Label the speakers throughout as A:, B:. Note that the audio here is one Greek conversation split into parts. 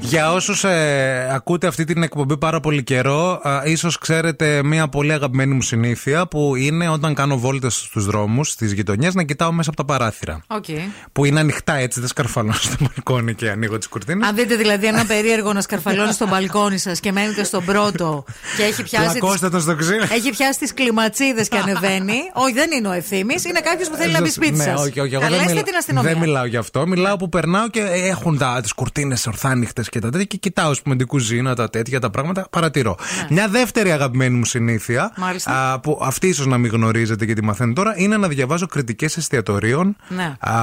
A: Για όσους ε, ακούτε αυτή την εκπομπή πάρα πολύ καιρό, ε, ίσως ξέρετε μια πολύ αγαπημένη μου συνήθεια που είναι όταν κάνω βόλτες στους δρόμους, στις γειτονιές, να κοιτάω μέσα από τα παράθυρα.
B: Okay.
A: Που είναι ανοιχτά έτσι, δεν σκαρφαλώνω στο μπαλκόνι και ανοίγω τις κουρτίνες.
B: Αν δείτε δηλαδή ένα περίεργο να σκαρφαλώνει στο μπαλκόνι σας και μένετε στον πρώτο και έχει πιάσει.
A: Πλακώστε τον στο ξύλο.
B: Έχει πιάσει τις κλιματσίδες και ανεβαίνει. όχι, δεν είναι ο ευθύνη, είναι κάποιος που θέλει να μπει σπίτι σας.
A: Ναι, όχι, όχι, εγώ δεν, μιλ-
B: την αστυνομία.
A: δεν μιλάω για αυτό. Μιλάω που περνάω και έχουν τις κουρτίνες ορθά ανοιχτές και τα τέτοια και κοιτάω, ας πούμε, την κουζίνα, τα τέτοια, τα πράγματα. Παρατηρώ. Μια δεύτερη αγαπημένη μου συνήθεια,
B: Ναι. Μάλιστα.
A: α, που αυτή ίσως να μην γνωρίζετε και τη μαθαίνω τώρα, είναι να διαβάζω κριτικές εστιατορίων.
B: Ναι.
A: Α,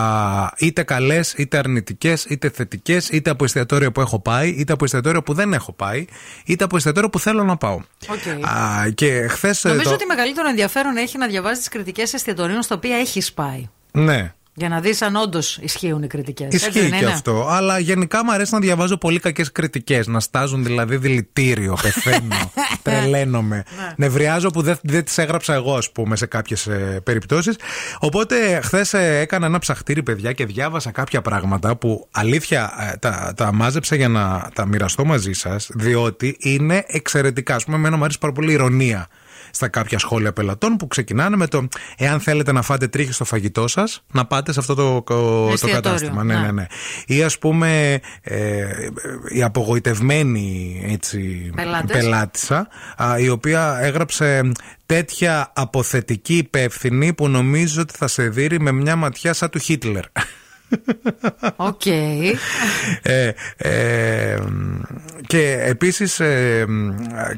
A: είτε καλές, είτε αρνητικές, είτε θετικές, είτε από εστιατόριο που έχω πάει, είτε από εστιατόριο που δεν έχω πάει, είτε από εστιατόριο που θέλω να πάω.
B: Οκ.
A: Α, και ε, χθε.
B: Νομίζω ότι μεγαλύτερο ενδιαφέρον έχει να διαβάζεις τι κριτικές εστιατορίων στα οποία έχεις πάει.
A: Ναι.
B: Για να δεις αν όντως ισχύουν οι κριτικές.
A: Ισχύει και αυτό. Αλλά γενικά μου αρέσει να διαβάζω πολύ κακές κριτικές. Να στάζουν δηλαδή δηλητήριο. Πεθαίνω. τρελαίνομαι. Νευριάζω που δεν, δεν τις έγραψα εγώ, ας πούμε, σε κάποιες περιπτώσεις. Οπότε χθε έκανα ένα ψαχτήρι, παιδιά, και διάβασα κάποια πράγματα που αλήθεια ε, τα, τα μάζεψα για να τα μοιραστώ μαζί σας. Διότι είναι εξαιρετικά. Ας πούμε, εμένα μου αρέσει πάρα πολύ η ηρωνία στα κάποια σχόλια πελατών που ξεκινάνε με το εάν θέλετε να φάτε τρίχη στο φαγητό σας, να πάτε σε αυτό το, το
B: Εστιατόριο,
A: κατάστημα. Ναι,
B: ναι.
A: ναι, ναι. Ή ας πούμε ε, η απογοητευμένη έτσι,
B: Πελάτες.
A: πελάτησα, α, η οποία έγραψε τέτοια αποθετική υπεύθυνη που νομίζω ότι θα σε δείρει με μια ματιά σαν του Χίτλερ.
B: Οκ.
A: Ε, ε, και επίσης ε,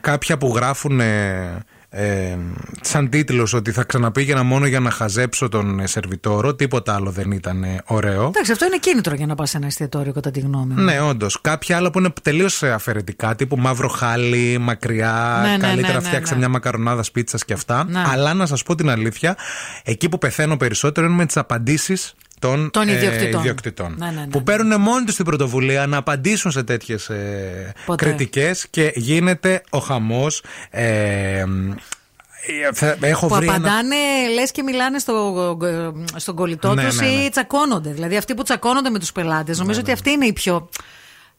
A: κάποια που γράφουν ε, ε, σαν τίτλος ότι θα ξαναπήγαινα μόνο για να χαζέψω τον ε, σερβιτόρο τίποτα άλλο δεν ήταν ε, ωραίο
B: Εντάξει, αυτό είναι κίνητρο για να πας σε ένα εστιατόριο, κατά τη γνώμη μου.
A: ναι, όντως. Κάποια άλλα που είναι τελείως αφαιρετικά, τύπου μαύρο χάλι, μακριά.
B: Ναι, ναι,
A: καλύτερα
B: ναι, ναι,
A: φτιάξε
B: ναι.
A: μια μακαρονάδα πίτσα και αυτά.
B: Ναι.
A: Αλλά να σας πω την αλήθεια, εκεί που πεθαίνω περισσότερο είναι με τις απαντήσεις των,
B: Των
A: ε,
B: ιδιοκτητών.
A: ιδιοκτητών,
B: Ναι, ναι, ναι,
A: που
B: ναι.
A: παίρνουν μόνοι τους την πρωτοβουλία να απαντήσουν σε τέτοιες ε,
B: Ποτέ.
A: κριτικές και γίνεται ο χαμός. Ε, ε, θα- έχω
B: Που
A: βρει ένα-
B: απαντάνε, λες και μιλάνε στο, στον κολλητό
A: Ναι,
B: τους
A: ναι, ναι.
B: ή τσακώνονται. Δηλαδή, αυτοί που τσακώνονται με τους πελάτες, νομίζω ότι αυτή είναι η πιο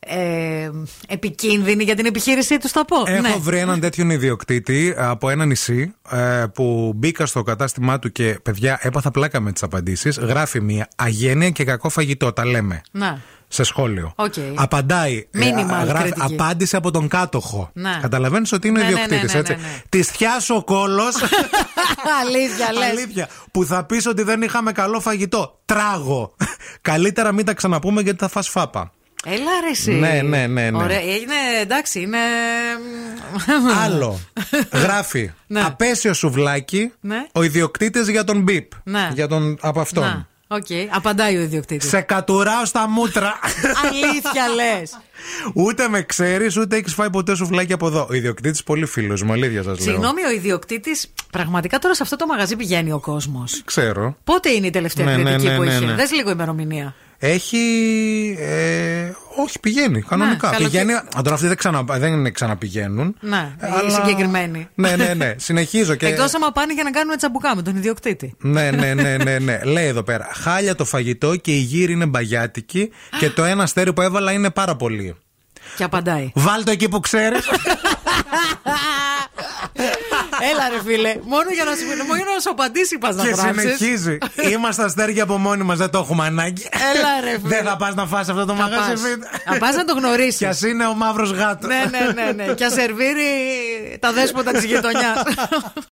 B: ε, επικίνδυνη για την επιχείρησή τους, θα πω.
A: Έχω
B: ναι.
A: βρει έναν τέτοιον ιδιοκτήτη από ένα νησί ε, που μπήκα στο κατάστημά του και παιδιά έπαθα πλάκα με τις απαντήσεις. Γράφει μία αγένεια και κακό φαγητό, τα λέμε.
B: Να.
A: Σε σχόλιο.
B: Οκ.
A: Απαντάει. ε,
B: Μήνυμα
A: α, γράφει,
B: κριτική.
A: απάντηση από τον κάτοχο.
B: Ναι.
A: Καταλαβαίνεις ότι είναι
B: Ναι, ναι, ναι,
A: ιδιοκτήτης.
B: ναι,
A: έτσι.
B: ναι, ναι.
A: Της θιάσω ο κόλος.
B: Αλήθεια, λες.
A: αλήθεια. Που θα πεις ότι δεν είχαμε καλό φαγητό. Τράγω. Καλύτερα μην τα ξαναπούμε γιατί θα φας φάπα.
B: Έλα ρε εσύ.
A: Ναι, ναι, ναι, ναι.
B: Ωραία. Είναι, εντάξει, είναι...
A: Άλλο. Γράφει.
B: Ναι.
A: Απέσιο σουβλάκι.
B: Ναι.
A: Ο ιδιοκτήτης για τον μπιπ.
B: Ναι.
A: Για τον, από αυτόν.
B: Να, οκ. Απαντάει ο ιδιοκτήτης.
A: Σε κατουράω στα μούτρα.
B: Αλήθεια λες.
A: ούτε με ξέρεις, ούτε έχεις φάει ποτέ σουβλάκι από εδώ. Ο ιδιοκτήτης πολύ φίλος μου, αλήθεια σας λέω.
B: Συγγνώμη, ο ιδιοκτήτης Πραγματικά τώρα σε αυτό το μαγαζί πηγαίνει ο κόσμος.
A: Ξέρω.
B: Πότε είναι η τελευταία
A: Ναι, ναι,
B: κριτική
A: ναι,
B: που
A: ναι,
B: είχε.
A: ναι.
B: Δες λίγο ημερομηνία.
A: Έχει. Ε, όχι, πηγαίνει κανονικά.
B: Ναι,
A: πηγαίνει.
B: καλοκαίρι.
A: Α, τώρα αυτοί δεν, ξανα, δεν ξαναπηγαίνουν.
B: Ναι, οι συγκεκριμένοι.
A: Ναι, ναι, ναι. Συνεχίζω και.
B: Εκτός άμα πάνε για να κάνουμε τσαμπουκά με τον ιδιοκτήτη.
A: Ναι, ναι, ναι, ναι, ναι. Λέει εδώ πέρα. Χάλια το φαγητό και η γύρι είναι μπαγιάτικη και το ένα αστέρι που έβαλα είναι πάρα πολύ.
B: Και απαντάει.
A: Βάλ το εκεί που ξέρεις.
B: Έλα ρε φίλε, μόνο για να σου, μόνο για να σου απαντήσει πας να
A: και
B: γράψεις.
A: συνεχίζει. Είμαστε αστέρια από μόνοι μας, δεν το έχουμε ανάγκη.
B: Έλα, ρε, φίλε.
A: Δεν θα πας να φας αυτό το
B: Ε, Θα
A: μαγαζί.
B: πας.
A: φίλε.
B: Θα πας να το Ναι, γνωρίσεις.
A: Κι ας είναι ο μαύρος γάτος.
B: ναι, ναι, ναι, ναι. Και ας σερβίρει τα δέσποτα της γειτονιάς.